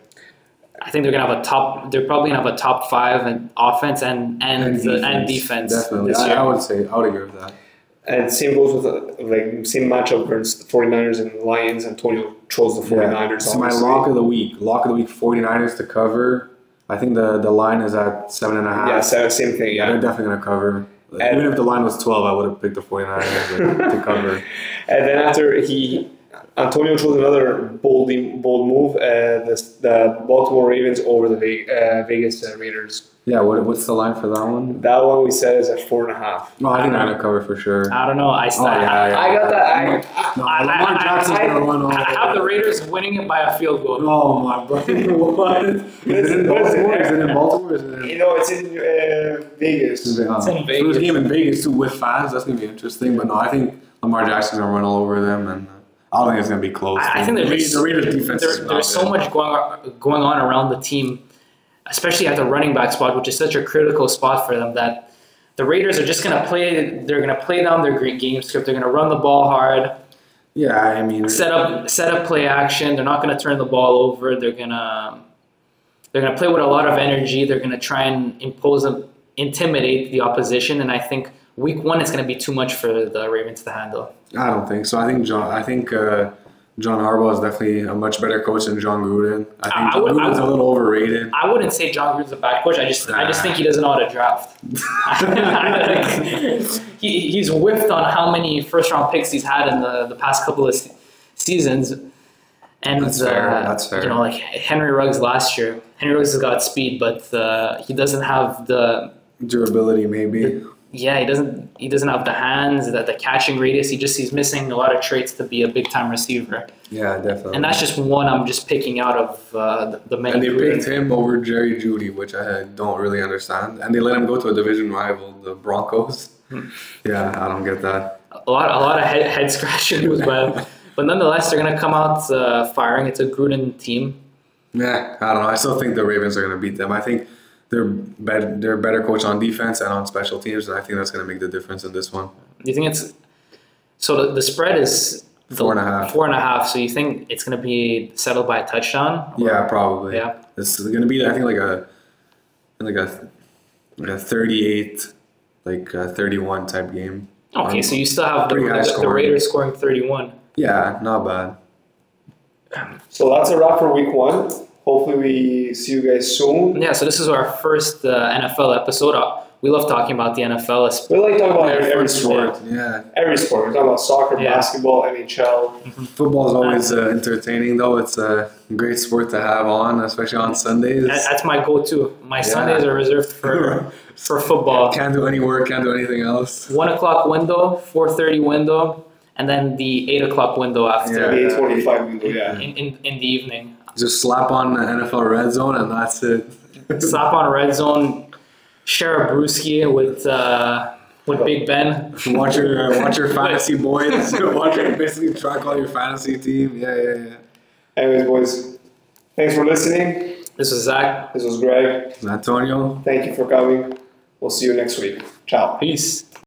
I think they're going to have a top. They're probably going to have a top five in offense and and and defense, and defense Definitely, this I, year. I would say I would agree with that. And same goes with uh, like same matchup against the 49ers and Lions. Antonio chose the 49ers. Yeah. So my obviously. lock of the week, lock of the week, 49ers to cover. I think the, the line is at seven and a half. yeah, same, same thing. Yeah. They're definitely going to cover. Like, And- Even if the line was 12, I would have picked the 49ers to- to cover. And then after he, Antonio chose another bold bold move, uh, the, the Baltimore Ravens over the Ve- uh, Vegas uh, Raiders. Yeah, what, what's the line for that one? That one we said is at four and a half. No, I think they're going to cover for sure. I don't know. I Oh, yeah, yeah. I got that. I, No, Uh, I- Lamar I- Jackson's I- going to run over. I have the Raiders winning it by a field goal. Oh, my brother. What? Is it in Baltimore? Is it in Baltimore? Is it in you know, it's in uh, Vegas. It's in Vegas. game in Vegas too with fans. That's gonna be interesting. But no, I think Lamar Jackson's gonna run all over them, and uh, I don't think it's gonna be close. I, I think the, there's Raiders, the Raiders defense. there- is not there's so good. much going on, going on around the team, especially at the running back spot, which is such a critical spot for them. That the Raiders are just going to play. They're going to play down their great game script. They're going to run the ball hard, Yeah, I mean, set up set up play action. They're not going to turn the ball over. They're going to they're going to play with a lot of energy. They're going to try and impose a, intimidate the opposition. And I think week one it's going to be too much for the Ravens to handle. I don't think so. I think John. I think. Uh, John Harbaugh is definitely a much better coach than John Gruden. I think I- I John would- I Gruden's a would- little overrated. I wouldn't say John Gruden's a bad coach. I just I just think he doesn't know how to draft. he, he's whiffed on how many first round picks he's had in the, the past couple of se- seasons. And That's fair, uh, that's fair. you know, like Henry Ruggs last year. Henry Ruggs has got speed, but uh, he doesn't have the Durability, maybe. yeah, he doesn't he doesn't have the hands, the, the catching radius. He just he's missing a lot of traits to be a big time receiver. Yeah, definitely. And that's just one I'm just picking out of uh, the, the many. And they Gruden- picked him over Jerry Judy, which I don't really understand. And they let him go to a division rival, the Broncos. Yeah, I don't get that. a lot, a lot of head, head scratching was bad. But nonetheless, they're gonna come out uh, firing. It's a Gruden team. Nah, I don't know. I still think the Ravens are going to beat them. I think they're better. They're better coach on defense and on special teams, and I think that's going to make the difference in this one. Do you think it's so? The, the spread is the- Four and a half. Four and a half. So you think it's gonna be settled by a touchdown? Yeah, probably. Yeah. it's going to be. I think like a, like a, like a thirty-eight, like a thirty-one type game. Okay, Um, so you still have the, pretty high the, the scoring. Raiders scoring thirty-one. Yeah, not bad. So that's a wrap for week one. Hopefully, we see you guys soon. Yeah. So this is our first uh, NFL episode. Uh, We love talking about the NFL. It's- We like talking about every, every Every sport. sport. Yeah, Every sport. We're talking about soccer, Yeah. basketball, NHL. football is always uh, entertaining, though. It's a great sport to have on, especially on Sundays. that- That's my go-to. My Yeah. Sundays are reserved for for football. Can't do any work. Can't do anything else. One o'clock window, four thirty window, and then the eight o'clock window after. Yeah. The 825 window, yeah. in, in, in the evening. Just slap on the NFL Red Zone, and that's it. Slap on Red Zone, share a brewski with uh, with Big Ben. Watch your uh, watch your fantasy boys. watch your basically track all your fantasy team. Yeah, yeah, yeah. Anyways, boys, thanks for listening. This was Zach. This was Greg. Antonio, Thank you for coming. We'll see you next week. Ciao. Peace.